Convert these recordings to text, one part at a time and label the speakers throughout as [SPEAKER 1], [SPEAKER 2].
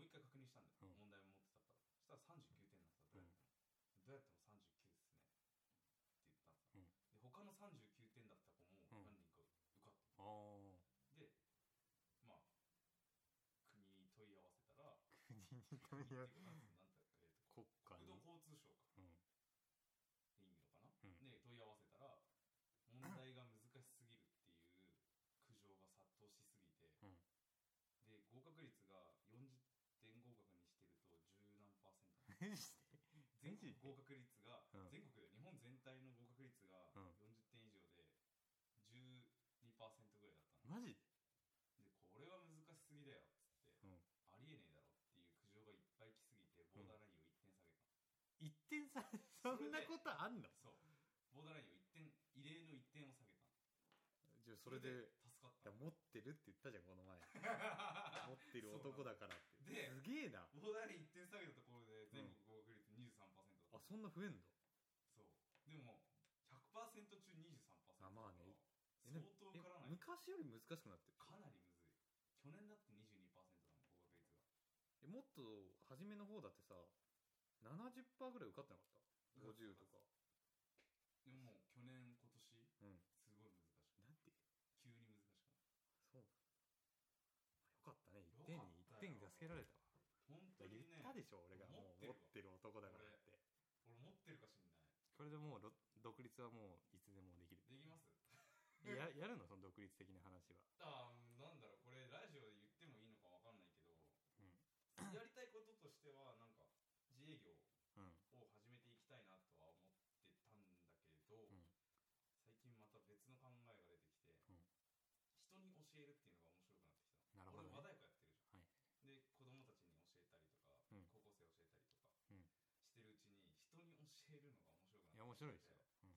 [SPEAKER 1] うん
[SPEAKER 2] 問題を持ってたから、そしたら39点になったどうやっても、どうやっても39っすねって言ったんですよ、
[SPEAKER 1] うん
[SPEAKER 2] で他の39点だった子
[SPEAKER 1] う
[SPEAKER 2] も
[SPEAKER 1] ん
[SPEAKER 2] 何人か受かって
[SPEAKER 1] あー
[SPEAKER 2] て、でまあ国に問い合わせたら
[SPEAKER 1] 国に
[SPEAKER 2] 国っていう
[SPEAKER 1] 問い合わせ
[SPEAKER 2] かなんていうか、えー、と
[SPEAKER 1] 国家
[SPEAKER 2] 国土
[SPEAKER 1] に
[SPEAKER 2] 交通省か
[SPEAKER 1] うん
[SPEAKER 2] いいのか
[SPEAKER 1] うん
[SPEAKER 2] な、で問い合わせたら問題が難しすぎるっていう苦情が殺到しすぎて
[SPEAKER 1] うん
[SPEAKER 2] で合格率が40点合格にしてると10何パーセン
[SPEAKER 1] マジで
[SPEAKER 2] ト全国合格率が、
[SPEAKER 1] うん
[SPEAKER 2] 全国で日本全体の合格率が
[SPEAKER 1] うん
[SPEAKER 2] 40点以上で12%ぐらいだったの、
[SPEAKER 1] マジで
[SPEAKER 2] でこれは難しすぎだよっつって、
[SPEAKER 1] うん
[SPEAKER 2] ありえねえだろっていう苦情がいっぱい来すぎてボーダーラインを1点下げたの、
[SPEAKER 1] 一点差そんなことあんの
[SPEAKER 2] そうボーダーラインを1点異例の1点を下げたの
[SPEAKER 1] じゃあそれで
[SPEAKER 2] 助かっ
[SPEAKER 1] い
[SPEAKER 2] た
[SPEAKER 1] や
[SPEAKER 2] の
[SPEAKER 1] 持ってるって言ったじゃんこの 前持ってる男だからって
[SPEAKER 2] そうな
[SPEAKER 1] す
[SPEAKER 2] の
[SPEAKER 1] げえな
[SPEAKER 2] ボーダーライン1点下げたところで全国合格率23%だった、
[SPEAKER 1] あそんな増えんの
[SPEAKER 2] そうでも100%中23%
[SPEAKER 1] あまあねえ
[SPEAKER 2] 相
[SPEAKER 1] な
[SPEAKER 2] 当受から
[SPEAKER 1] え
[SPEAKER 2] ない
[SPEAKER 1] 昔より難しくなってる
[SPEAKER 2] かなりむずい去年だって22%だもん合格率が
[SPEAKER 1] えもっと初めの方だってさ70%ぐらい受かってなかった
[SPEAKER 2] 受かってな
[SPEAKER 1] 50
[SPEAKER 2] か
[SPEAKER 1] と
[SPEAKER 2] った
[SPEAKER 1] か
[SPEAKER 2] でももう去年今年
[SPEAKER 1] うん
[SPEAKER 2] すごい難しく
[SPEAKER 1] なんて
[SPEAKER 2] 急に難しく
[SPEAKER 1] そう
[SPEAKER 2] なっ
[SPEAKER 1] よかったね1
[SPEAKER 2] よか
[SPEAKER 1] 点に1
[SPEAKER 2] ったよ
[SPEAKER 1] 点に助けられたわ
[SPEAKER 2] た本当に
[SPEAKER 1] 言
[SPEAKER 2] ね
[SPEAKER 1] ったでしょ俺がもう
[SPEAKER 2] 持って
[SPEAKER 1] 持
[SPEAKER 2] る
[SPEAKER 1] っ
[SPEAKER 2] わ
[SPEAKER 1] てる男だからって
[SPEAKER 2] 俺持ってるかしんない
[SPEAKER 1] これでもうろ独立はもういつでもできる
[SPEAKER 2] できます
[SPEAKER 1] えややるのその独立的な話は
[SPEAKER 2] あーなんだろうこれラジオで言ってもいいのかわかんないけど
[SPEAKER 1] うん
[SPEAKER 2] やりたいこととしてはなんか自営業
[SPEAKER 1] うん
[SPEAKER 2] を始めていきたいなとは思ってたんだけど、
[SPEAKER 1] うん
[SPEAKER 2] 最近また別の考えが出てきて、
[SPEAKER 1] うん
[SPEAKER 2] 人に教えるっていうのが面白くなってきた
[SPEAKER 1] なるほどね
[SPEAKER 2] 俺和太鼓やってるじ
[SPEAKER 1] はい
[SPEAKER 2] ゃんで子供たちに教え
[SPEAKER 1] う
[SPEAKER 2] たりとか、
[SPEAKER 1] ん
[SPEAKER 2] 高校生教
[SPEAKER 1] うん
[SPEAKER 2] えたりとかしてるうちに人に教えるのが面白くなってきて
[SPEAKER 1] い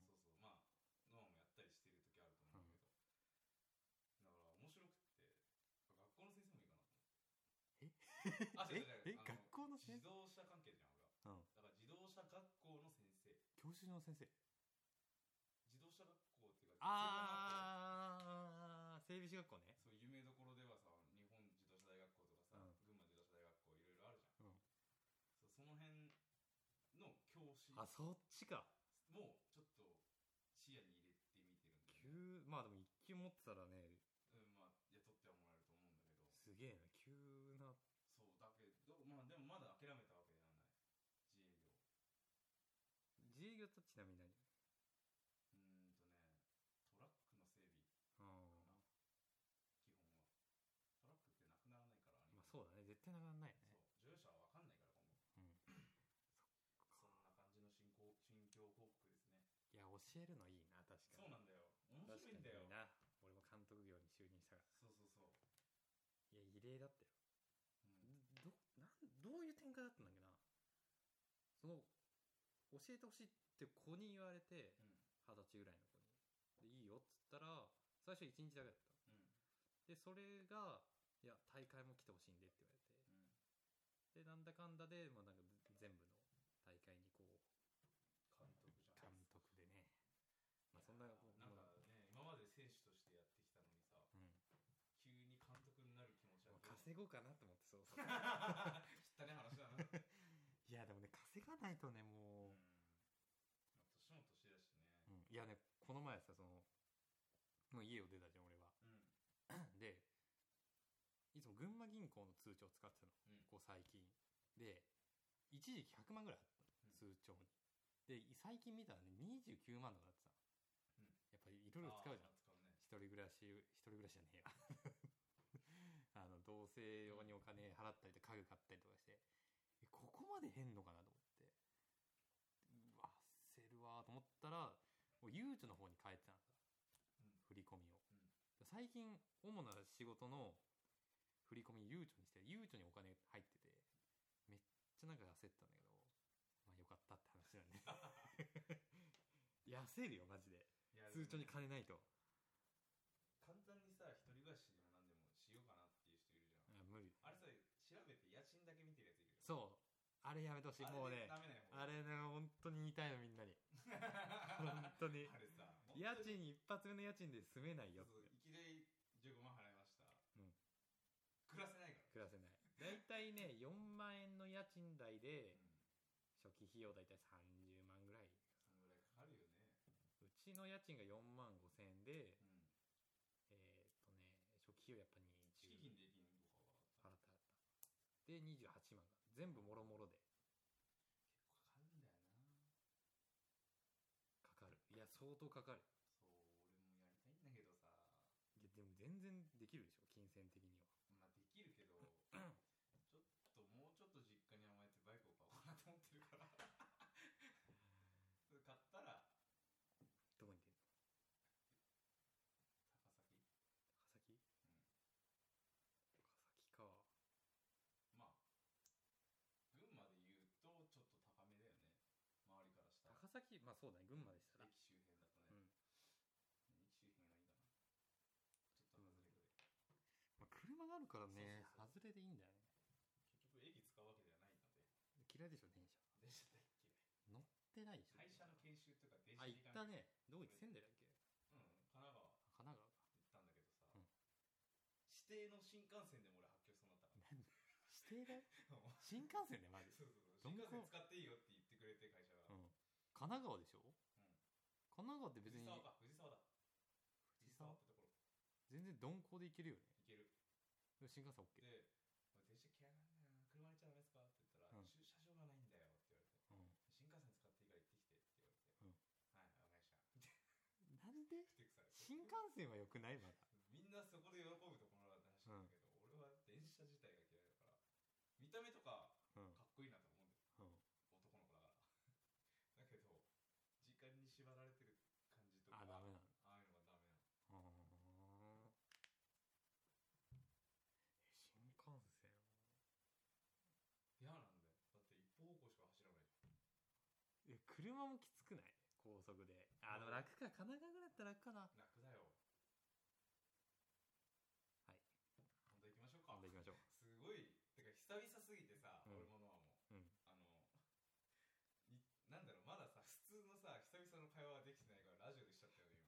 [SPEAKER 1] や面白いですようん
[SPEAKER 2] そうそうまあノアもやったりしてる時あると思うけど、だから面白くって学校の先生もいいかなと思ってえあ違う違う違う
[SPEAKER 1] ええ
[SPEAKER 2] あの
[SPEAKER 1] 学校の先生
[SPEAKER 2] 自動
[SPEAKER 1] うん教習の先生
[SPEAKER 2] 車関係じゃん俺はだから自動車学校の先生自動車学校っていうか
[SPEAKER 1] あー整備士学校ね
[SPEAKER 2] そう有名どころではさ日本自動車大学校とかさ、
[SPEAKER 1] うん
[SPEAKER 2] 群馬自動車大学校いろい
[SPEAKER 1] う
[SPEAKER 2] ろあるじゃん
[SPEAKER 1] ん
[SPEAKER 2] そうその辺の教師
[SPEAKER 1] あそっちか
[SPEAKER 2] もちょっと視野に入れてみてるんで、
[SPEAKER 1] 急まあでも一級持ってたらね
[SPEAKER 2] うん、まあ雇ってはもらえると思うんだけ
[SPEAKER 1] す
[SPEAKER 2] ど
[SPEAKER 1] げえな急な
[SPEAKER 2] そうだけどまあでもまだ諦めたわけではない自営業
[SPEAKER 1] 自営業とちなみに何
[SPEAKER 2] うーんとねトラックの整備か
[SPEAKER 1] うん
[SPEAKER 2] な基本はトラックってなくならないから
[SPEAKER 1] まあ
[SPEAKER 2] う
[SPEAKER 1] そうだね絶対なくならないよ
[SPEAKER 2] そう
[SPEAKER 1] ね
[SPEAKER 2] 乗用車は分かんないから今後
[SPEAKER 1] うん
[SPEAKER 2] そんな感じの進行進況報告ですね
[SPEAKER 1] いや教えるのいいな確かに
[SPEAKER 2] そうなんだよ面白いんだよ
[SPEAKER 1] 確かにな俺も監督業に就任したから
[SPEAKER 2] そうそうそ
[SPEAKER 1] いや
[SPEAKER 2] う、
[SPEAKER 1] 異例だったよ
[SPEAKER 2] うん、
[SPEAKER 1] どなんどういう展開だったんだっけなその教えてほしいって子に言われて
[SPEAKER 2] うん
[SPEAKER 1] 二十歳ぐらいの子にでいいよっつったら最初1日だけだった
[SPEAKER 2] う
[SPEAKER 1] で
[SPEAKER 2] ん
[SPEAKER 1] それがいや大会も来てほしいんでって言われてで
[SPEAKER 2] うん
[SPEAKER 1] なんだかんだで、まあ、なんか全部の大会にこう
[SPEAKER 2] 監督じゃない
[SPEAKER 1] 監督でねまあそんな
[SPEAKER 2] なん
[SPEAKER 1] もう
[SPEAKER 2] かね今まで選手としてやってきたのにさ
[SPEAKER 1] うん、
[SPEAKER 2] 急に監督になる気持ちは
[SPEAKER 1] まあ
[SPEAKER 2] どう
[SPEAKER 1] 稼ごうかなと思ってそうそう
[SPEAKER 2] 汚い話だな
[SPEAKER 1] いやでもね稼がないとね
[SPEAKER 2] う
[SPEAKER 1] もう、
[SPEAKER 2] んまあ年も年だし
[SPEAKER 1] う
[SPEAKER 2] ね
[SPEAKER 1] んいやねこの前さそのもう家を出たじゃん俺は
[SPEAKER 2] うん
[SPEAKER 1] でいつも群馬銀行の通帳使ってたの
[SPEAKER 2] うん
[SPEAKER 1] こう最近で一時期100万ぐらいあったの
[SPEAKER 2] うん
[SPEAKER 1] 通帳にで最近見たらね29万とかだってたの
[SPEAKER 2] うん
[SPEAKER 1] やっぱりいろいろ使うじゃん
[SPEAKER 2] あー使う
[SPEAKER 1] 一
[SPEAKER 2] ね
[SPEAKER 1] 人暮らし一人暮らしじゃねえよ あの同棲用にお金払ったりとか家具買ったりとかしてえここまで変のかなと思ってうわ焦るわと思ったらもうゆうちょの方に変えてたんだ
[SPEAKER 2] うん
[SPEAKER 1] 振り込みを
[SPEAKER 2] うん
[SPEAKER 1] 最近主な仕事の振り込みゆうちょにしてゆうちょにお金入っててめっちゃなんか焦ったんだけどまあよかったって話 なんで いや焦るよマジで
[SPEAKER 2] いやでも
[SPEAKER 1] 通帳に金ないと
[SPEAKER 2] 簡単にさ一人暮らしでも何でもしようかなっていう人いるじゃん
[SPEAKER 1] うん無理
[SPEAKER 2] あれさ調べて家賃だけ見てるやついるよ
[SPEAKER 1] そうあれやめてほしい
[SPEAKER 2] あれ
[SPEAKER 1] もうね
[SPEAKER 2] ダメだよ
[SPEAKER 1] あれね本当に言いたいのみん なに本当に
[SPEAKER 2] あれさ
[SPEAKER 1] 家賃一発目の家賃で住めないよっ
[SPEAKER 2] そう
[SPEAKER 1] て
[SPEAKER 2] いきなり15万払いまし
[SPEAKER 1] うん
[SPEAKER 2] た暮らせないから
[SPEAKER 1] 暮らせないだいたいね4万円の家賃代で
[SPEAKER 2] うん
[SPEAKER 1] 初期費用だいたい30万ぐらい
[SPEAKER 2] そのぐらいかかるよね。
[SPEAKER 1] うちの家賃が4万5千円で
[SPEAKER 2] うん。
[SPEAKER 1] えーっとね初期費用やっぱり
[SPEAKER 2] 敷金礼金とかは
[SPEAKER 1] 払った払ったで28万全部もろもろで
[SPEAKER 2] かかるんだよな。
[SPEAKER 1] かかるいや相当かかる
[SPEAKER 2] そう、俺もやりた
[SPEAKER 1] いやで
[SPEAKER 2] いんだけどさ。
[SPEAKER 1] も全然できるでしょ金銭的には
[SPEAKER 2] まあできるけど、ちょっともうちょっと実家に甘えてバイクを買おうかなと思って るから。それ買ったら
[SPEAKER 1] どこに出るの
[SPEAKER 2] 高崎
[SPEAKER 1] 高崎、高崎か
[SPEAKER 2] まあ、群馬で言うとちょっと高めだよね。周りからしたら。
[SPEAKER 1] 高崎まあそうだね群馬でしたら
[SPEAKER 2] 駅周辺だと
[SPEAKER 1] う
[SPEAKER 2] ね。
[SPEAKER 1] ん
[SPEAKER 2] 駅周辺がいいかな。ちょっと外れぐらい。
[SPEAKER 1] まあ、車があるからね
[SPEAKER 2] そうそうそ
[SPEAKER 1] 外
[SPEAKER 2] う
[SPEAKER 1] れでいいんだよね
[SPEAKER 2] 結局駅使うわけではないので、
[SPEAKER 1] 嫌いでしょ電車
[SPEAKER 2] 電車大っ嫌い。
[SPEAKER 1] 乗ってないでしょ
[SPEAKER 2] 会社の研修とか電
[SPEAKER 1] あ
[SPEAKER 2] 車
[SPEAKER 1] 行っ
[SPEAKER 2] で
[SPEAKER 1] た
[SPEAKER 2] 行
[SPEAKER 1] ねどこ行って
[SPEAKER 2] かない
[SPEAKER 1] 仙台だっけ
[SPEAKER 2] うん、神奈川
[SPEAKER 1] 神奈川か
[SPEAKER 2] 行ったんだけどさ、
[SPEAKER 1] うん
[SPEAKER 2] 指定の新幹線でも俺発狂しそうになったから
[SPEAKER 1] 何 指定だよ
[SPEAKER 2] そう
[SPEAKER 1] 新幹線でマジ
[SPEAKER 2] そ
[SPEAKER 1] どん
[SPEAKER 2] うそう
[SPEAKER 1] な
[SPEAKER 2] 新幹線使っていいよって言ってくれて会社が、
[SPEAKER 1] うん神奈川でしょ、神奈川って別
[SPEAKER 2] 藤
[SPEAKER 1] に
[SPEAKER 2] 沢か藤沢だ
[SPEAKER 1] 藤
[SPEAKER 2] 藤
[SPEAKER 1] 沢
[SPEAKER 2] 沢ってところ
[SPEAKER 1] 全然鈍行で行けるよね
[SPEAKER 2] 行ける
[SPEAKER 1] でも新幹線 OK
[SPEAKER 2] で俺電車嫌いなんだよな車に行っちゃダメですかって言ったら、
[SPEAKER 1] うん
[SPEAKER 2] 駐車場がないんだよって言われて
[SPEAKER 1] うん
[SPEAKER 2] 新幹線使っていいから行ってきてって言われて、
[SPEAKER 1] うん
[SPEAKER 2] はい
[SPEAKER 1] なん で新幹線は良くないまだ
[SPEAKER 2] わかりましたってふてくされてみんなそこで喜ぶところなんだ話なんだけど、俺は電車自体が嫌いだから見た目とか
[SPEAKER 1] うん
[SPEAKER 2] かっこいいなと思うんだ
[SPEAKER 1] うん
[SPEAKER 2] よ男の子だから だけど時間に縛られてる感じとか
[SPEAKER 1] あダメなの
[SPEAKER 2] ああいうのはダメなの
[SPEAKER 1] あー新幹線
[SPEAKER 2] 嫌なんだよだって一方向しか走らないじゃん
[SPEAKER 1] え車もきつくない高速であでも楽か神奈川ぐらいだったら楽かな
[SPEAKER 2] 楽だよ
[SPEAKER 1] はい
[SPEAKER 2] 本題行きましょうか
[SPEAKER 1] 今度行き ましょう
[SPEAKER 2] すごいてか久々すぎてさ、
[SPEAKER 1] うん
[SPEAKER 2] 俺ものは
[SPEAKER 1] う
[SPEAKER 2] もう、
[SPEAKER 1] ん
[SPEAKER 2] あの いなんだろうまださ普通のさ久々の会話はできてないからラジオでしちゃったよね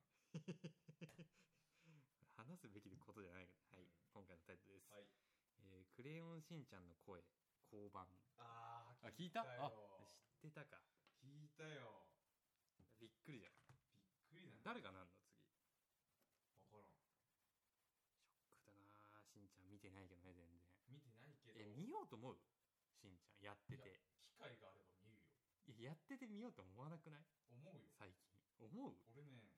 [SPEAKER 2] 今
[SPEAKER 1] 話すべきことじゃないけどはい、
[SPEAKER 2] うん
[SPEAKER 1] 今回のタイトルです、
[SPEAKER 2] はい
[SPEAKER 1] えークレヨンしんちゃんの声」交番
[SPEAKER 2] あ
[SPEAKER 1] あ
[SPEAKER 2] あ
[SPEAKER 1] 聞いたあ
[SPEAKER 2] よ
[SPEAKER 1] 知ってたか
[SPEAKER 2] 聞いたよ
[SPEAKER 1] びっくりじゃん
[SPEAKER 2] びっくりだね
[SPEAKER 1] 誰がなんの次シ
[SPEAKER 2] 分から
[SPEAKER 1] ョックだ
[SPEAKER 2] ん
[SPEAKER 1] なしんちゃん見てないけどね全然
[SPEAKER 2] 見てないけど
[SPEAKER 1] え見ようと思うしんちゃんやってて
[SPEAKER 2] 機会があれば見るよ
[SPEAKER 1] いややってて見ようと思わなくない
[SPEAKER 2] 思うよ
[SPEAKER 1] 最近思う
[SPEAKER 2] 俺ね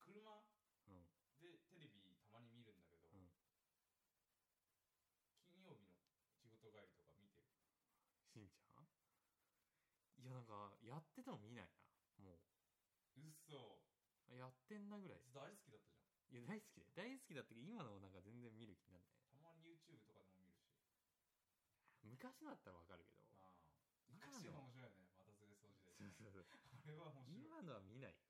[SPEAKER 2] 車
[SPEAKER 1] うん
[SPEAKER 2] でテレビたまに見るんだけど、
[SPEAKER 1] うん
[SPEAKER 2] 金曜日の仕事帰りとか見てる
[SPEAKER 1] しんちゃんいやなんかやってても見ないなも
[SPEAKER 2] うっそう
[SPEAKER 1] やってんなぐらいです
[SPEAKER 2] 大好きだったじゃん
[SPEAKER 1] いや大好きだよ大好きだったけど今のもなんか全然見る気になんない
[SPEAKER 2] たまに YouTube とかでも見るし
[SPEAKER 1] 昔のだったらわかるけど
[SPEAKER 2] ああ
[SPEAKER 1] 今の
[SPEAKER 2] 昔は面白いよねまたずれ掃除で
[SPEAKER 1] そうそうそう
[SPEAKER 2] あれは面白い、う
[SPEAKER 1] 今
[SPEAKER 2] ん、
[SPEAKER 1] のは見ないよ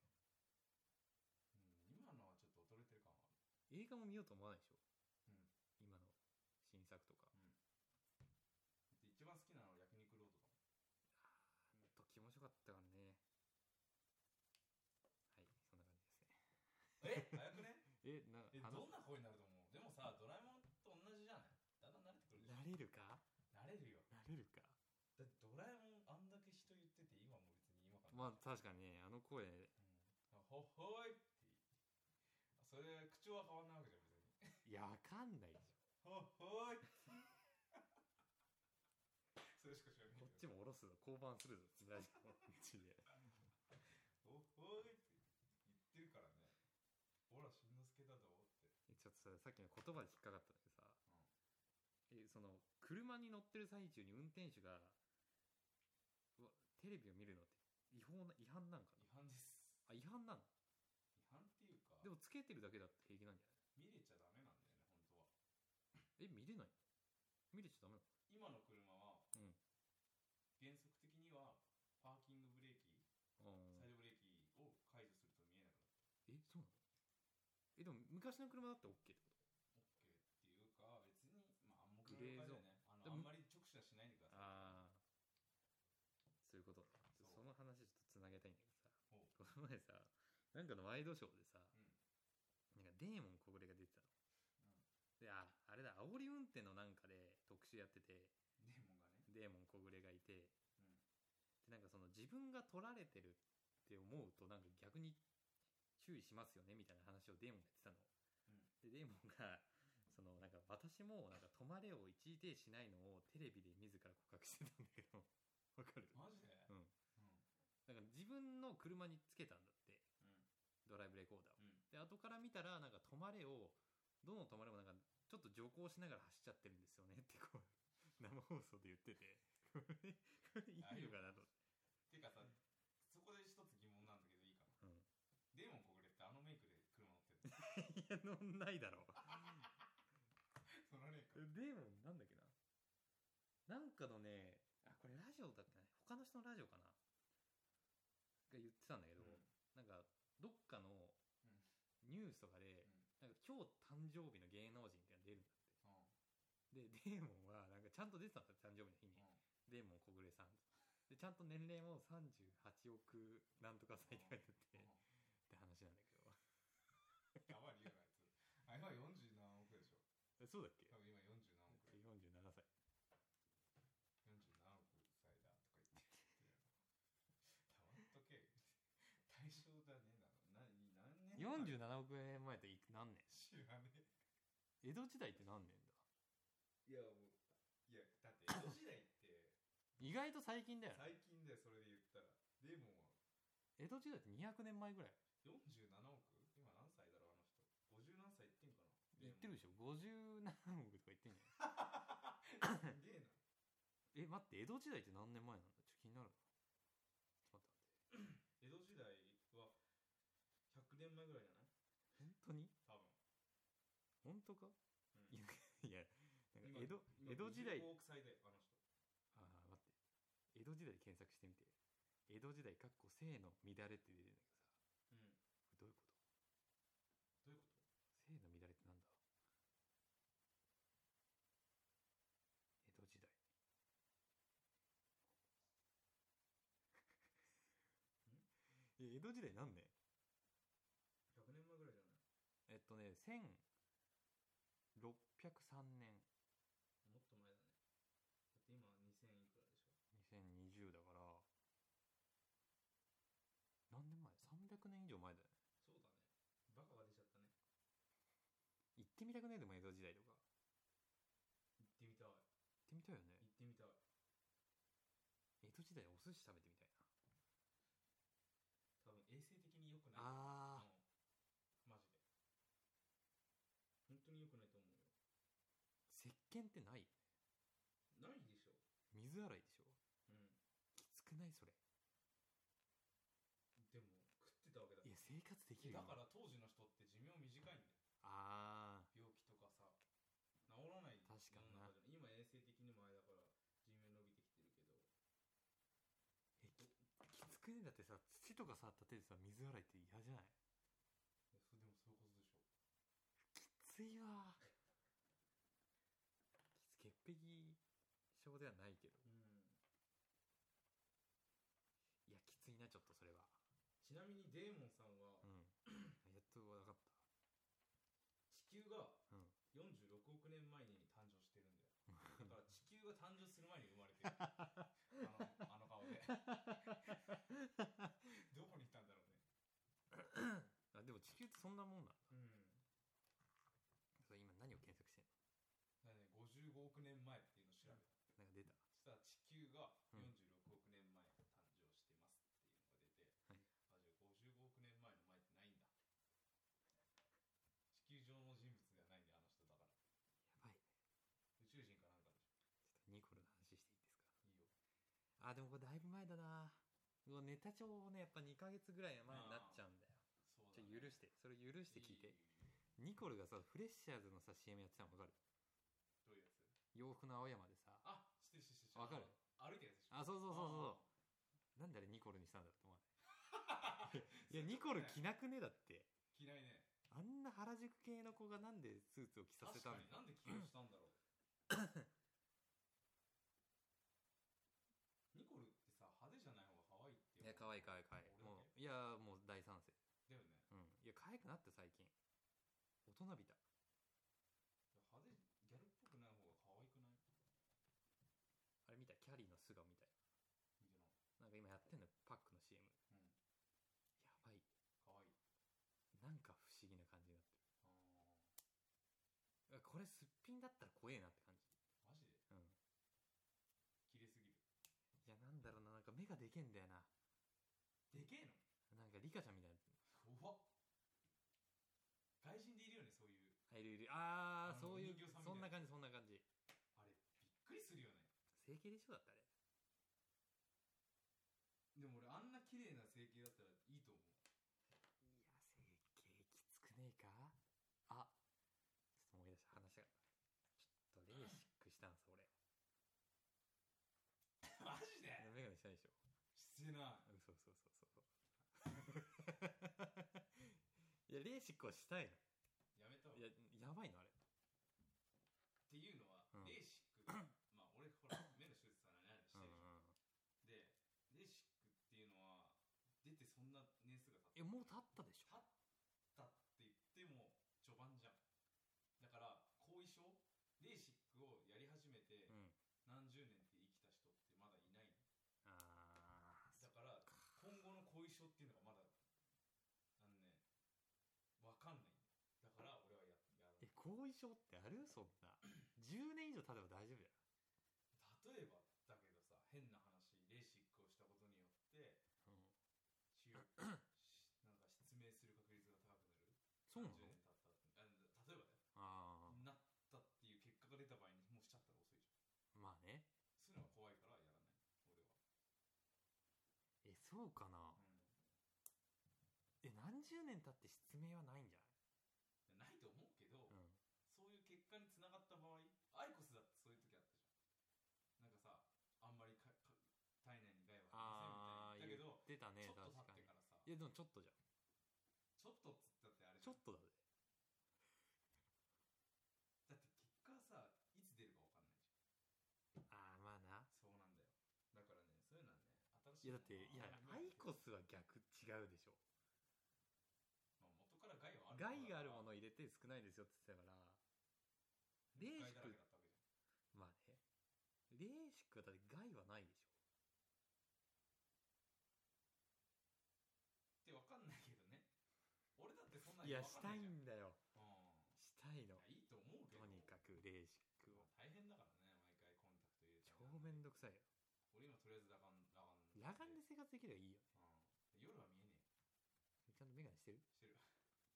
[SPEAKER 2] 今のはちょっと衰えてる感はある
[SPEAKER 1] 映画も見ようと思わないでしょ、
[SPEAKER 2] うん
[SPEAKER 1] 今の新作とか
[SPEAKER 2] で一番好きなのは焼肉ロードだもん
[SPEAKER 1] あの時面白かったからねはいそんな感じですね
[SPEAKER 2] え早くね
[SPEAKER 1] えな
[SPEAKER 2] え
[SPEAKER 1] 話
[SPEAKER 2] どんな声になると思うでもさドラえもんと同じじゃないだんだん慣れてくるでしょ
[SPEAKER 1] なれるか
[SPEAKER 2] 慣れるよ
[SPEAKER 1] なれるか
[SPEAKER 2] だってドラえもんあんだけ人言ってて今もう別に今
[SPEAKER 1] まあ
[SPEAKER 2] から、
[SPEAKER 1] 確かにねあの声
[SPEAKER 2] うん、ほほいってあそれ口調は変わんないわけじゃん別に
[SPEAKER 1] いやわかんないでし
[SPEAKER 2] ほほいってそれしか知ら
[SPEAKER 1] ょ
[SPEAKER 2] な
[SPEAKER 1] こ
[SPEAKER 2] い
[SPEAKER 1] っちも下ろすぞ降板するぞラジオのうちで
[SPEAKER 2] ほほいって言ってるからねほらしんのすけだぞって
[SPEAKER 1] えちょっとささっきの言葉で引っかかったんだけどさ、えその車に乗ってる最中に運転手がうわテレビを見るのって違法な違反なんか
[SPEAKER 2] 違反です
[SPEAKER 1] なあ違反なの
[SPEAKER 2] 違反っていうか
[SPEAKER 1] でもつけてるだけだって平気なんじゃない
[SPEAKER 2] 見れちゃダメなんだよね本当は
[SPEAKER 1] え見れない見れちゃダメなの
[SPEAKER 2] 今の車は、
[SPEAKER 1] うん
[SPEAKER 2] 原則的にはパーキングブレーキ
[SPEAKER 1] あ
[SPEAKER 2] サ
[SPEAKER 1] ー
[SPEAKER 2] イドブレーキを解除すると見えなくなる
[SPEAKER 1] えそうなのえでも昔の車だって OK ってこ
[SPEAKER 2] オッケーっていうか別に、
[SPEAKER 1] グレー
[SPEAKER 2] まあ、暗黙の
[SPEAKER 1] ゾーン
[SPEAKER 2] 了解だよねあ
[SPEAKER 1] で
[SPEAKER 2] の
[SPEAKER 1] も
[SPEAKER 2] あんまり直視はしないでくだ
[SPEAKER 1] と
[SPEAKER 2] さい
[SPEAKER 1] ああそういうことそ
[SPEAKER 2] そう
[SPEAKER 1] の話ちょっとつなげたいんだけどさこ
[SPEAKER 2] ほう
[SPEAKER 1] の前さなんかのワイドショーでさ、
[SPEAKER 2] うん
[SPEAKER 1] なんかデーモン小暮が出てたの、でああれだ煽り運転のなんかで特集やってて
[SPEAKER 2] デーモン
[SPEAKER 1] デーモン
[SPEAKER 2] がね
[SPEAKER 1] 小暮がいて
[SPEAKER 2] う
[SPEAKER 1] で
[SPEAKER 2] ん
[SPEAKER 1] なんかその自分が取られてるって思うとなんか逆に注意しますよねみたいな話をデーモンが言ってたの、でデーモンが そのなんか私もなんか止まれを一時停止しないのをテレビで自ら告白してたんだけど わかる
[SPEAKER 2] マジで
[SPEAKER 1] うん
[SPEAKER 2] うん
[SPEAKER 1] なんか自分の車につけたんだって
[SPEAKER 2] うん
[SPEAKER 1] ドライブレコーダーを
[SPEAKER 2] うん
[SPEAKER 1] で後から見たらなんか止まれをどの止まれもなんかちょっと徐行しながら走っちゃってるんですよねってこう 生放送で言っててこれこれいい
[SPEAKER 2] あいい
[SPEAKER 1] の
[SPEAKER 2] よ
[SPEAKER 1] かなと、
[SPEAKER 2] てかさそこで一つ疑問なんだけどいい
[SPEAKER 1] う
[SPEAKER 2] かな
[SPEAKER 1] ん、
[SPEAKER 2] デーモン小暮ってあのメイクで車乗って るの
[SPEAKER 1] いや乗んないだろ
[SPEAKER 2] そのね
[SPEAKER 1] デーモンなんだっけななんかのねあこれラジオだったね他の人のラジオかなが言ってたんだけど、
[SPEAKER 2] うん
[SPEAKER 1] なんかどっかの
[SPEAKER 2] ん
[SPEAKER 1] ニュースとかで、
[SPEAKER 2] うん
[SPEAKER 1] なんか今日誕生日の芸能人っていうのが出るんだってで デーモンはなんかちゃんと出てたんだって誕生日の日に、
[SPEAKER 2] うん
[SPEAKER 1] デーモン小暮さんでちゃんと年齢も38億なんとか歳って書いてあって、
[SPEAKER 2] うん
[SPEAKER 1] っ
[SPEAKER 2] うん
[SPEAKER 1] て話なんだけど
[SPEAKER 2] やばい理由ないつあ今40何億でしょ
[SPEAKER 1] えそうだっけ
[SPEAKER 2] 多分今40何億だよ
[SPEAKER 1] 47歳
[SPEAKER 2] 47億歳だとか言ってたまっとけ対象だねなの何何年前
[SPEAKER 1] 47億円前っていく何年
[SPEAKER 2] 知らねえ
[SPEAKER 1] 江戸時代って何年だ
[SPEAKER 2] いやもういやだって江戸時代って
[SPEAKER 1] 意外と最近だよね
[SPEAKER 2] 最近だよそれで言ったらデーモンは
[SPEAKER 1] 江戸時代って200年前ぐらい
[SPEAKER 2] 47億今何歳だろうあの人50何歳いってんかな
[SPEAKER 1] 言ってるでしょ50何億とか言ってんじゃない
[SPEAKER 2] すげえな
[SPEAKER 1] え待って江戸時代って何年前なんだちょっと気になるな待って
[SPEAKER 2] 江戸時代は100年前ぐらいじゃない
[SPEAKER 1] 待って本当に
[SPEAKER 2] 多分、
[SPEAKER 1] 本当か
[SPEAKER 2] うん
[SPEAKER 1] いやいやなんか江戸
[SPEAKER 2] 今
[SPEAKER 1] 江戸時代
[SPEAKER 2] 55億歳だよあの人
[SPEAKER 1] ああ待って江戸時代で検索してみて江戸時代かっこ性の乱れって出てるんだけどさ
[SPEAKER 2] うん
[SPEAKER 1] これどういうこ
[SPEAKER 2] どういうこ
[SPEAKER 1] と
[SPEAKER 2] と
[SPEAKER 1] 性の乱れってなんだ江戸時代え 江戸時代何年
[SPEAKER 2] 100年前ぐらいじゃない
[SPEAKER 1] えっとね1603年
[SPEAKER 2] もっと前だねだって今2000いくらでしょ
[SPEAKER 1] 2020だから何年前 ?300 年以上前だよね
[SPEAKER 2] そうだねバカが出ちゃったね
[SPEAKER 1] 行ってみたくねえでも江戸時代とか
[SPEAKER 2] 行ってみたい
[SPEAKER 1] 行ってみたいよね
[SPEAKER 2] 行ってみたい
[SPEAKER 1] 江戸時代お寿司食べてみたいな
[SPEAKER 2] 多分衛生的に良くない
[SPEAKER 1] あ
[SPEAKER 2] うんマジで本当に良くないと思うよ
[SPEAKER 1] 石鹸ってない
[SPEAKER 2] ないでしょ
[SPEAKER 1] 水洗いでしょ
[SPEAKER 2] うん
[SPEAKER 1] きつくないそれ
[SPEAKER 2] でも食ってたわけだ
[SPEAKER 1] いや生活でき
[SPEAKER 2] え
[SPEAKER 1] る
[SPEAKER 2] だ
[SPEAKER 1] よ
[SPEAKER 2] から当時の人って寿命短いんだよ
[SPEAKER 1] ああ
[SPEAKER 2] 病気とかさ治らない
[SPEAKER 1] 確かにな
[SPEAKER 2] 世の中じゃん今衛生的にもあれだから寿命伸びてきてるけど
[SPEAKER 1] えききつくねえだってさ土とか触った手でさ水洗いって嫌じゃない
[SPEAKER 2] いやそでもそういうことでしょ
[SPEAKER 1] きついわきつ潔癖症ではないけど
[SPEAKER 2] うん
[SPEAKER 1] いやきついなちょっとそれは
[SPEAKER 2] ちなみにデーモンさんは
[SPEAKER 1] うんやっと分かった
[SPEAKER 2] 地球が
[SPEAKER 1] うん
[SPEAKER 2] 46億年前に誕生してるんだ よだから地球が誕生する前に生まれて るあのあの 顔でどこにいたんだろうね
[SPEAKER 1] あでも地球ってそんなもんなんだ
[SPEAKER 2] うん
[SPEAKER 1] それ今何を検索してん
[SPEAKER 2] だからね55億年前っていうのを調べた
[SPEAKER 1] のなんか出た
[SPEAKER 2] そしたら地球が
[SPEAKER 1] うん
[SPEAKER 2] 46億年前に誕生してますっていうのが出て、あじゃあ55億年前の前ってないんだ地球上の人物ではないんだよあの人だ
[SPEAKER 1] やばい
[SPEAKER 2] から宇宙人かなんかでしょ
[SPEAKER 1] ちょっとニコルの話していいですか
[SPEAKER 2] いいよ
[SPEAKER 1] あでもこれだいぶ前だなうわネタ帳ねやっぱ2ヶ月ぐらい前になっちゃうんだよ
[SPEAKER 2] そうだ、
[SPEAKER 1] ちょっと許
[SPEAKER 2] ね、
[SPEAKER 1] してそれ許して聞いて
[SPEAKER 2] いい
[SPEAKER 1] ニコルがさフレッシャーズのさ CM やってたの分かる
[SPEAKER 2] どういうやつ
[SPEAKER 1] 洋服の青山でさ
[SPEAKER 2] あ知ってる知ってる知って
[SPEAKER 1] わかる
[SPEAKER 2] あの歩いてるやつでしょ
[SPEAKER 1] あそうそうそう
[SPEAKER 2] あ
[SPEAKER 1] そうなんであれニコルにしたんだって思わ ないいやニコル着なくねだって
[SPEAKER 2] ー嫌いね
[SPEAKER 1] あんな原宿系の子がなんでスーツを着させ
[SPEAKER 2] 確
[SPEAKER 1] たんだ
[SPEAKER 2] かになんで起用したんだ ろうニコルってさ派手じゃない方が可愛いって
[SPEAKER 1] いや可愛い可愛い可愛い
[SPEAKER 2] 俺だ
[SPEAKER 1] もういやもう大賛成
[SPEAKER 2] けだよね
[SPEAKER 1] うんいや可愛くなった最近大人びた
[SPEAKER 2] 派
[SPEAKER 1] これすっぴんだったら怖えなって感じ
[SPEAKER 2] マジで
[SPEAKER 1] うん
[SPEAKER 2] 綺麗すぎる
[SPEAKER 1] いやなんだろうななんか目がでけえんだよな
[SPEAKER 2] でけえの
[SPEAKER 1] なんかリカちゃんみたいな
[SPEAKER 2] 怖っ外人でいるよねそういう
[SPEAKER 1] あいるいるあー
[SPEAKER 2] あ
[SPEAKER 1] そ
[SPEAKER 2] の
[SPEAKER 1] ういう
[SPEAKER 2] お人形さ
[SPEAKER 1] そん
[SPEAKER 2] んみたいな
[SPEAKER 1] な感じそんな感じ
[SPEAKER 2] あれびっくりするよね
[SPEAKER 1] 整形でしょだったあれ
[SPEAKER 2] でも俺あんな綺麗な整形だったらいいと思 う
[SPEAKER 1] いや整形きつくねえかあちょっと思い出した話がちょっとレーシックしたんす俺
[SPEAKER 2] マジで
[SPEAKER 1] メガネしたでしょ
[SPEAKER 2] してない
[SPEAKER 1] うんそうそうそうそうそう いやレーシックをしたいの
[SPEAKER 2] やめたわ
[SPEAKER 1] いややばいのあれ
[SPEAKER 2] っていうのは、
[SPEAKER 1] うん
[SPEAKER 2] レーシックがまあ俺ほら目の手術さ何々して
[SPEAKER 1] うんうんうん
[SPEAKER 2] るじゃんでレーシックっていうのは出てそんな年数が
[SPEAKER 1] え
[SPEAKER 2] 経っ
[SPEAKER 1] もう立ったでしょ
[SPEAKER 2] た経ったって言っても序盤じゃんだから後遺症レーシックをやり始めて
[SPEAKER 1] うん
[SPEAKER 2] 何十年って生きた人ってまだいない
[SPEAKER 1] あ
[SPEAKER 2] だから今後の後遺症っていうのがまだあのねわかんないだから俺はや
[SPEAKER 1] ー
[SPEAKER 2] やらな
[SPEAKER 1] え
[SPEAKER 2] い
[SPEAKER 1] 後遺症ってあるそんな10年以上経てば大丈夫だよ
[SPEAKER 2] 例えばだけどさ変な話レーシックをしたことによって
[SPEAKER 1] うん
[SPEAKER 2] 治癒しなんか失明する確率が高くなる
[SPEAKER 1] そうなの
[SPEAKER 2] 30年経った後にあ例えばね
[SPEAKER 1] あ
[SPEAKER 2] なったっていう結果が出た場合にもうしちゃったら遅いじゃん
[SPEAKER 1] あまあね
[SPEAKER 2] そういうのが怖いからやらない俺は、
[SPEAKER 1] えそうかな
[SPEAKER 2] うん
[SPEAKER 1] え何十年経って失明はないんじゃ
[SPEAKER 2] ないと思うけど、
[SPEAKER 1] ないうん
[SPEAKER 2] そういう結果につながった場合アイコスだってそういう時あったじゃんなんかさあんまりかか体内に害は
[SPEAKER 1] あ
[SPEAKER 2] あ
[SPEAKER 1] あ
[SPEAKER 2] りません
[SPEAKER 1] 言
[SPEAKER 2] みたいなだけど
[SPEAKER 1] ってたね
[SPEAKER 2] ちょっと
[SPEAKER 1] 確か
[SPEAKER 2] 経
[SPEAKER 1] に
[SPEAKER 2] ってからさ
[SPEAKER 1] いやでもちょっとじゃん
[SPEAKER 2] ちょっとっつったってあれ
[SPEAKER 1] ち
[SPEAKER 2] じゃ
[SPEAKER 1] ょ
[SPEAKER 2] ん
[SPEAKER 1] っとだぜ
[SPEAKER 2] だって結果さいつ出るかわか
[SPEAKER 1] ああま
[SPEAKER 2] んないじゃん
[SPEAKER 1] あな
[SPEAKER 2] そうなんだよ。だからね、そういうのはね、
[SPEAKER 1] い
[SPEAKER 2] 新しい
[SPEAKER 1] やだっていやアイコスは逆違うでしょ
[SPEAKER 2] まあ、元から害は
[SPEAKER 1] 害が
[SPEAKER 2] ある
[SPEAKER 1] あるものを入れて少ないですよって言ってたからレーシック
[SPEAKER 2] 害だらけだったわけじゃん。
[SPEAKER 1] まあねレーシックはだって害はないでしょ
[SPEAKER 2] ってわかんないけどね。俺だってそんなに
[SPEAKER 1] いや
[SPEAKER 2] わ
[SPEAKER 1] し
[SPEAKER 2] か
[SPEAKER 1] たい
[SPEAKER 2] んないじゃん。
[SPEAKER 1] んだよ
[SPEAKER 2] うん
[SPEAKER 1] したいの
[SPEAKER 2] いや、いいと思うけど。
[SPEAKER 1] とにかくレーシック
[SPEAKER 2] ま
[SPEAKER 1] を
[SPEAKER 2] あ大変だからね、毎回コンタクト
[SPEAKER 1] 超め
[SPEAKER 2] 入れて
[SPEAKER 1] んどくさいよ
[SPEAKER 2] 俺今とりあえず裸眼、裸眼。
[SPEAKER 1] 裸眼で生活できればいいよね
[SPEAKER 2] うん夜は見えね
[SPEAKER 1] ちゃんとメガネしてる
[SPEAKER 2] え。してる。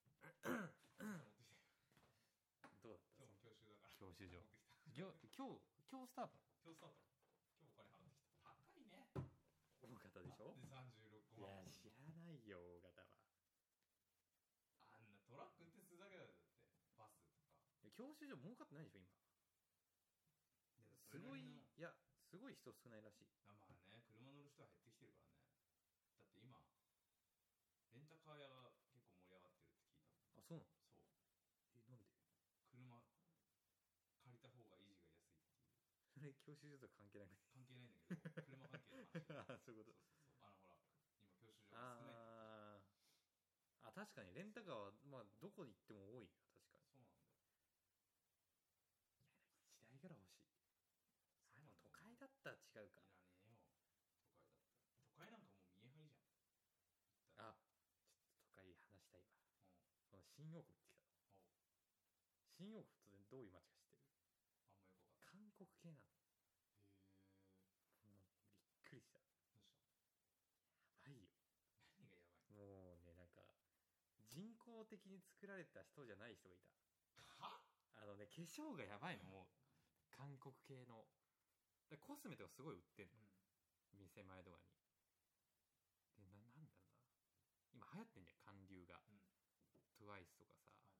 [SPEAKER 2] 持ってきたよ
[SPEAKER 1] どうだった
[SPEAKER 2] 今日も教習だから。
[SPEAKER 1] 教習所
[SPEAKER 2] 持ってきた。
[SPEAKER 1] 今日今日スタート
[SPEAKER 2] 今日スタート。今日お金払ってきた。高いね。
[SPEAKER 1] 大型でしょ
[SPEAKER 2] で
[SPEAKER 1] いや
[SPEAKER 2] 36万。
[SPEAKER 1] 知らないよ大型は
[SPEAKER 2] あんなトラック運転するだけだよだってバスとか
[SPEAKER 1] 教習所儲かってないでしょ今すごい
[SPEAKER 2] ない
[SPEAKER 1] やすごい人少ないらしい
[SPEAKER 2] まあね車乗る人は減ってきてるからねだって今レンタカー屋が結構盛り上がってるって聞いたもん
[SPEAKER 1] あそうなのえなん
[SPEAKER 2] そう
[SPEAKER 1] で
[SPEAKER 2] 車借りた方が維持が安いっていう
[SPEAKER 1] それ教習所とは関係なくて
[SPEAKER 2] 関係ないんだけど車関係の話
[SPEAKER 1] あそう
[SPEAKER 2] そう
[SPEAKER 1] いう
[SPEAKER 2] そ
[SPEAKER 1] こ
[SPEAKER 2] う
[SPEAKER 1] と
[SPEAKER 2] そうあのほら今教習所が少ないって
[SPEAKER 1] あーあ確かにレンタカーはまあどこに行っても多いよ確かに
[SPEAKER 2] そうなんだよ
[SPEAKER 1] 時代から欲しいあでも都会だったら違うか
[SPEAKER 2] いらねえよ都会だったら都会なんかもう見え張りじゃん
[SPEAKER 1] あちょっと都会話したいわ
[SPEAKER 2] うん
[SPEAKER 1] この新大久保行ってきた
[SPEAKER 2] お
[SPEAKER 1] 新大久保ってどういう街か知ってる
[SPEAKER 2] あんまよくわかん
[SPEAKER 1] 韓国系
[SPEAKER 2] ない
[SPEAKER 1] なの
[SPEAKER 2] へえ
[SPEAKER 1] もうびっくりした
[SPEAKER 2] どうした
[SPEAKER 1] やばいよ
[SPEAKER 2] 何がやばい
[SPEAKER 1] もうねなんか人工的に作られた人じゃない人がいた
[SPEAKER 2] は
[SPEAKER 1] あのね化粧がやばいのもう韓国系のでコスメとかすごい売ってんの
[SPEAKER 2] うん
[SPEAKER 1] 店前とかにでななんだろうな今流行ってんじゃん韓流が、
[SPEAKER 2] うん
[SPEAKER 1] TWICE とかさ
[SPEAKER 2] 入ってる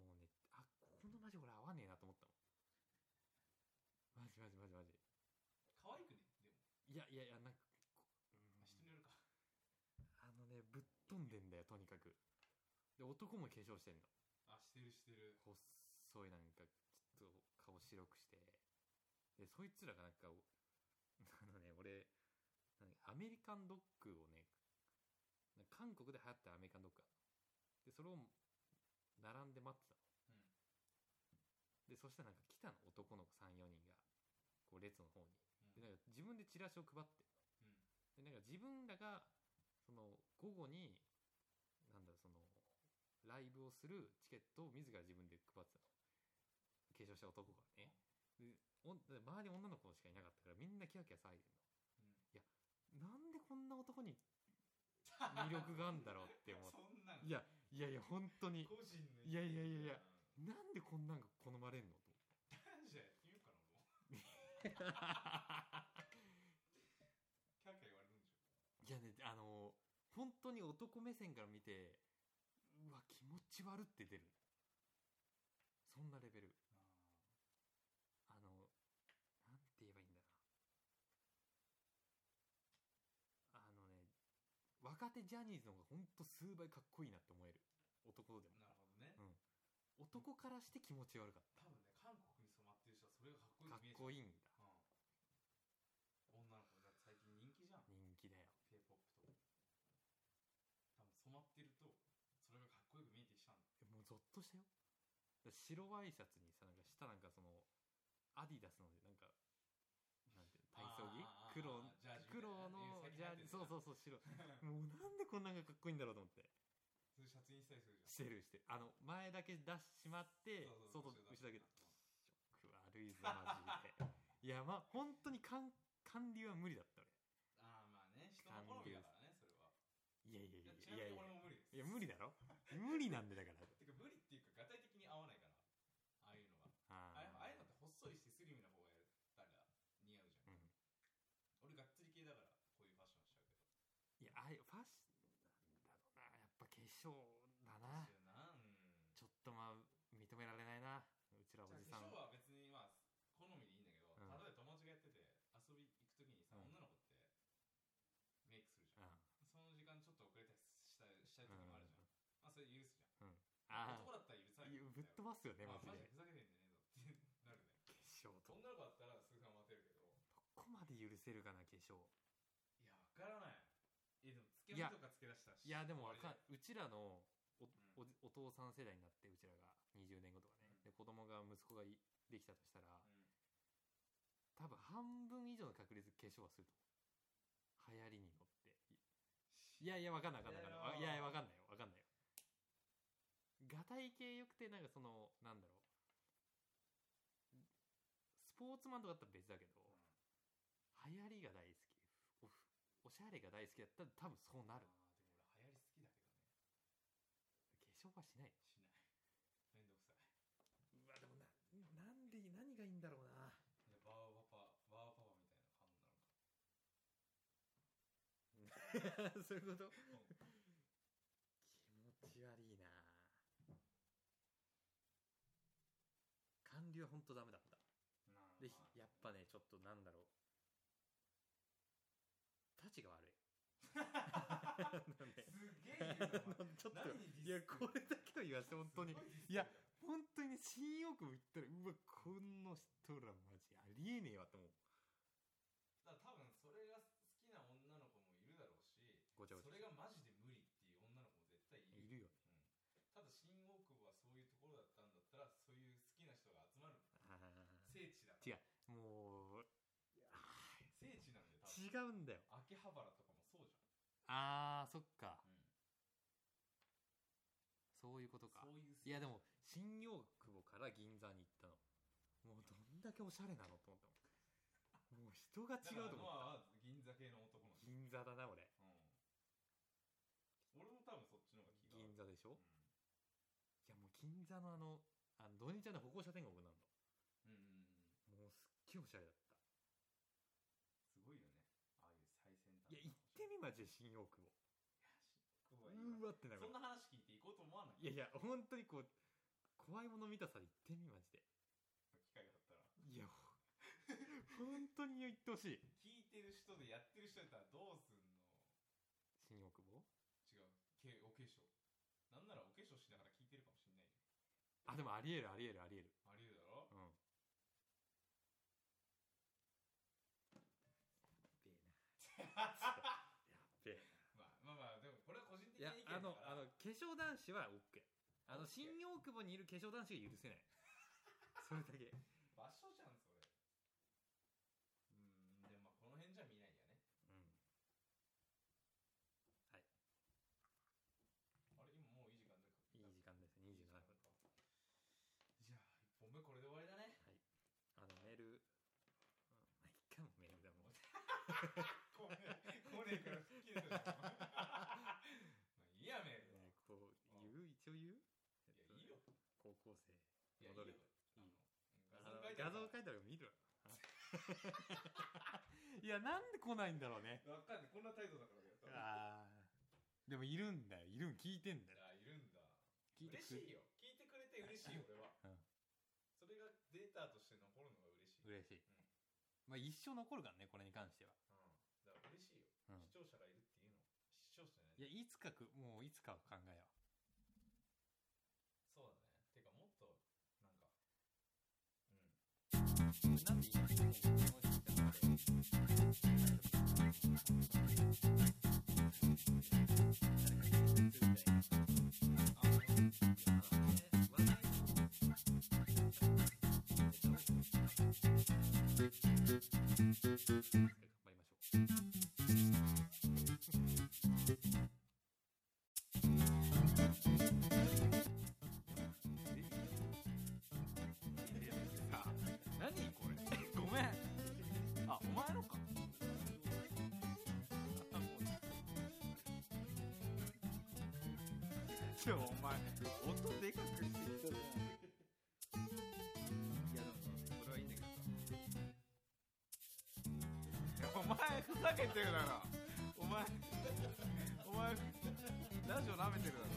[SPEAKER 2] ね
[SPEAKER 1] もうねあここの街俺合わねえなと思ったもんマジマジマジマジ
[SPEAKER 2] 可愛くね
[SPEAKER 1] い
[SPEAKER 2] でも
[SPEAKER 1] やいやいやなんかこうん
[SPEAKER 2] あ人によるか
[SPEAKER 1] あのねぶっ飛んでんだよとにかくで男も化粧してんの
[SPEAKER 2] あしてるしてる
[SPEAKER 1] 細いなんかちょっと顔白くしてでそいつらがなんかお あのね俺なんかアメリカンドッグをねなんか韓国で流行ったアメリカンドッグがあるのでそれを並んで待ってたの、
[SPEAKER 2] うん
[SPEAKER 1] でそしたらなんか来たの男の子34人がこう列の方に
[SPEAKER 2] う
[SPEAKER 1] で
[SPEAKER 2] ん
[SPEAKER 1] なんか自分でチラシを配って
[SPEAKER 2] う
[SPEAKER 1] で
[SPEAKER 2] ん
[SPEAKER 1] なんか自分らがその午後になんだろうそのライブをするチケットを自ら自分で配ってたの継承した男がねでおん周り女の子しかいなかったからみんなキャーキャー騒いでるのなんでこんな男に魅力があんだろうって思って
[SPEAKER 2] そんなん
[SPEAKER 1] いやいやいや本当に
[SPEAKER 2] 個人の
[SPEAKER 1] いやいやいやいや
[SPEAKER 2] うん
[SPEAKER 1] なんでこんなんが好まれんのと
[SPEAKER 2] じゃあやってみようかなもうキャーキャー言
[SPEAKER 1] いや
[SPEAKER 2] われるんでしょ
[SPEAKER 1] ねあの本当に男目線から見てうわ気持ち悪って出るそんなレベルあのなんて言えばいいんだろうあのね若手ジャニーズの方が本当数倍かっこいいなって思える男でも
[SPEAKER 2] なるほどね
[SPEAKER 1] 男からして気持ち悪かっ
[SPEAKER 2] 多分ね韓国に染まってる人はそれがかっ
[SPEAKER 1] たかっこ
[SPEAKER 2] こいい
[SPEAKER 1] い
[SPEAKER 2] い
[SPEAKER 1] いんだ
[SPEAKER 2] うん、女の子だって最近人気じゃん
[SPEAKER 1] 人気だよ
[SPEAKER 2] K-POP と多分染まってるとそれがかっこよく見えてきちゃう
[SPEAKER 1] も
[SPEAKER 2] んだ
[SPEAKER 1] うゾッとしたよだ白ワイシャツにさなんか下なんかそのアディダスのなんかなんていうの体操着
[SPEAKER 2] あー
[SPEAKER 1] 黒
[SPEAKER 2] ジャージみたいな
[SPEAKER 1] 黒の
[SPEAKER 2] え
[SPEAKER 1] ジャージ
[SPEAKER 2] 最近流行ってるやつな
[SPEAKER 1] そうそうそう白もうなんでこんなんがかっこいいんだろうと思って
[SPEAKER 2] そういうシャツにしたりするじゃん
[SPEAKER 1] してるしてるあの前だけ出ししまって
[SPEAKER 2] そう
[SPEAKER 1] 外
[SPEAKER 2] そ
[SPEAKER 1] 後
[SPEAKER 2] うそ
[SPEAKER 1] ろだ
[SPEAKER 2] う
[SPEAKER 1] け気色悪いぞマジでいやまあ本当に韓韓流は無理だった
[SPEAKER 2] ああまあね人の好みだからねそれは
[SPEAKER 1] 俺いやいやいや
[SPEAKER 2] い
[SPEAKER 1] いや
[SPEAKER 2] やちな
[SPEAKER 1] いや
[SPEAKER 2] みに俺も無理です
[SPEAKER 1] いや無理だろ無理なんでだから
[SPEAKER 2] てか無理っていうか具体的に合わないからああいうの
[SPEAKER 1] あ
[SPEAKER 2] はあ
[SPEAKER 1] ー
[SPEAKER 2] れああいうのってほっそりしてスリムな方がやったら似合うじゃ
[SPEAKER 1] う
[SPEAKER 2] ん、
[SPEAKER 1] ん
[SPEAKER 2] 俺がっつり系だからこういうファッションしちゃうけど
[SPEAKER 1] いやあれファッシなんだろうなやっぱ化粧だな
[SPEAKER 2] そうだよなうん
[SPEAKER 1] ちょっとまあ認められないなうちらお
[SPEAKER 2] じゃあ
[SPEAKER 1] じさん
[SPEAKER 2] 化粧は別にまあ好みでいいんだけど、
[SPEAKER 1] うん
[SPEAKER 2] 例えば友達がやってて遊び行く時にさ、
[SPEAKER 1] うん
[SPEAKER 2] 女の子ってメイクするじ
[SPEAKER 1] うん
[SPEAKER 2] ゃん、その時間ちょっと遅れたりしたしたりとかもあるじゃん、まあそれ許すじゃん
[SPEAKER 1] あ
[SPEAKER 2] 男だったら許
[SPEAKER 1] あ
[SPEAKER 2] さないい
[SPEAKER 1] やぶっ飛ばすよね
[SPEAKER 2] ま
[SPEAKER 1] マ
[SPEAKER 2] あ
[SPEAKER 1] ジ
[SPEAKER 2] マジ
[SPEAKER 1] で
[SPEAKER 2] でふざけてんじゃねえぞってなるね
[SPEAKER 1] 化粧と
[SPEAKER 2] 女の子だったらすぐ待てるけど
[SPEAKER 1] どこまで許せるかな化粧
[SPEAKER 2] いやわからないえでもつけ
[SPEAKER 1] いや
[SPEAKER 2] まとかつけ出したし
[SPEAKER 1] いやでもわかん
[SPEAKER 2] 終わ
[SPEAKER 1] うちらのお
[SPEAKER 2] りだよ
[SPEAKER 1] おじお父さん世代になってうちらが20年後とかね
[SPEAKER 2] うん
[SPEAKER 1] で子供が息子がいできたとしたら
[SPEAKER 2] うんうん
[SPEAKER 1] 多分半分以上の確率化粧はすると思う流行りに乗っていやいやわかんないわかんないわかんないい
[SPEAKER 2] いや
[SPEAKER 1] やいやわかんないよわかんないよがたい系よくてなんかそのなんだろうスポーツマンとかだったら別だけど流行りが大好きおふおしゃれが大好きだったら多分そうな
[SPEAKER 2] あー
[SPEAKER 1] る
[SPEAKER 2] でも俺流行り好きだけどね
[SPEAKER 1] 化粧はしない
[SPEAKER 2] しないめんどくさいう
[SPEAKER 1] わでもななんで 何がいいんだろうない
[SPEAKER 2] やバーバパバーパパみたいな感じなのか
[SPEAKER 1] そういうこと
[SPEAKER 2] うん
[SPEAKER 1] 気持ち悪いな韓流は本当ダメだった
[SPEAKER 2] なあ
[SPEAKER 1] で
[SPEAKER 2] まあ
[SPEAKER 1] やっぱねちょっとなんだろうたちが悪いなんで
[SPEAKER 2] すげえ言うなお前
[SPEAKER 1] ちょっと
[SPEAKER 2] 何にディス
[SPEAKER 1] いやこれだけは言わせて 本当に
[SPEAKER 2] すごディスってる
[SPEAKER 1] いや本当にね新大久保行ったらうわこの人らマジありえねえわと思う
[SPEAKER 2] だから多分それが好きな女の子もいるだろうし
[SPEAKER 1] ごちゃごち
[SPEAKER 2] そ
[SPEAKER 1] ゃ
[SPEAKER 2] れがマジで無理っていう女の子も絶対いる
[SPEAKER 1] いるよね
[SPEAKER 2] うん、ただ新大久保はそういうところだったんだったらそういう好きな人が集まる
[SPEAKER 1] あ
[SPEAKER 2] 聖地だ
[SPEAKER 1] 違ーもうあ
[SPEAKER 2] 聖地なんで多
[SPEAKER 1] ー
[SPEAKER 2] 分
[SPEAKER 1] 違うんだよ
[SPEAKER 2] 秋葉原とかもそうじゃん、
[SPEAKER 1] あーそっかそういうことか
[SPEAKER 2] そういう
[SPEAKER 1] いやでも新大久保から銀座に行ったのもうどんだけおしゃれなのと思ったもんもう人が違うと思った
[SPEAKER 2] だからノアは銀座系の男の子、う
[SPEAKER 1] 銀
[SPEAKER 2] ん、
[SPEAKER 1] 座だな俺
[SPEAKER 2] 俺も多分そっちの方が気が合
[SPEAKER 1] 銀
[SPEAKER 2] う
[SPEAKER 1] 座でしょ
[SPEAKER 2] う
[SPEAKER 1] いや
[SPEAKER 2] ん
[SPEAKER 1] もう銀座のあのあの土日はね歩行者天国なの
[SPEAKER 2] うんうんうん
[SPEAKER 1] もうすっげえおしゃれだった
[SPEAKER 2] すごいよねああいう最
[SPEAKER 1] い
[SPEAKER 2] 先端
[SPEAKER 1] や行ってみマジで新大久保
[SPEAKER 2] すごいよ
[SPEAKER 1] うわってなる
[SPEAKER 2] そんな話聞いて行こうと思わない
[SPEAKER 1] いやいや本当にこう怖いもの見たさで行ってみマジで
[SPEAKER 2] 機会があったら
[SPEAKER 1] いやほ本当に行ってほし い
[SPEAKER 2] 聞いてる人でやってる人やったらどうすんの
[SPEAKER 1] 新大久保
[SPEAKER 2] 違うけお化粧なんならお化粧しながら聞いてるかもしんないよ
[SPEAKER 1] あでもありえるありえるありえる
[SPEAKER 2] あ り得るだろ
[SPEAKER 1] うんやっべえ
[SPEAKER 2] まあまあまあでもこれは個人的
[SPEAKER 1] いや
[SPEAKER 2] な意
[SPEAKER 1] あ
[SPEAKER 2] 見だ
[SPEAKER 1] の
[SPEAKER 2] か
[SPEAKER 1] あ
[SPEAKER 2] ら
[SPEAKER 1] の化粧男子は OK あの
[SPEAKER 2] OK
[SPEAKER 1] 新大久保にいる化粧男子が許 せないそれだけ
[SPEAKER 2] 場所じゃんそれうんでもまあこの辺じゃ見ないよねあれ今もういい時間だ
[SPEAKER 1] いい時間です27分
[SPEAKER 2] じゃあ1本目これで終わりだこねこねから吹っ切れたじゃん まあいいやめいや
[SPEAKER 1] ねこう言う一応言う
[SPEAKER 2] いいよ
[SPEAKER 1] 高校生
[SPEAKER 2] いやいい
[SPEAKER 1] 戻
[SPEAKER 2] よ
[SPEAKER 1] る
[SPEAKER 2] あの
[SPEAKER 1] あの
[SPEAKER 2] 画
[SPEAKER 1] 画
[SPEAKER 2] 像
[SPEAKER 1] 像
[SPEAKER 2] 書
[SPEAKER 1] 書
[SPEAKER 2] いて
[SPEAKER 1] いてあるから見るわ いやなんで来ないんだろうね
[SPEAKER 2] あるわかんないこんな態度だからだよ多分
[SPEAKER 1] あーでもいるんだよいるん聞いてんだよ
[SPEAKER 2] あいるんだ
[SPEAKER 1] 聞いてく
[SPEAKER 2] 嬉しいよ聞いてくれて嬉しいよ 俺は、
[SPEAKER 1] うん
[SPEAKER 2] それがデータとして残るのが嬉しい、うん、
[SPEAKER 1] 嬉しい、まあ一生残るからねこれに関しては、
[SPEAKER 2] だから嬉しいよ、
[SPEAKER 1] うん
[SPEAKER 2] 視聴者がいるっていうの視聴
[SPEAKER 1] い
[SPEAKER 2] 者じゃない
[SPEAKER 1] やいつかくもういつかは考えよ
[SPEAKER 2] そうだねてかもっとなんかうん
[SPEAKER 1] うなんで一生残るの頑張りましょう何これ ごめんあお前のかあもうちょお前音でかくしてきたじゃんいやでもこれはいいんだけどさお前ふざけてるだろお前お前ラジオ舐めてるだろ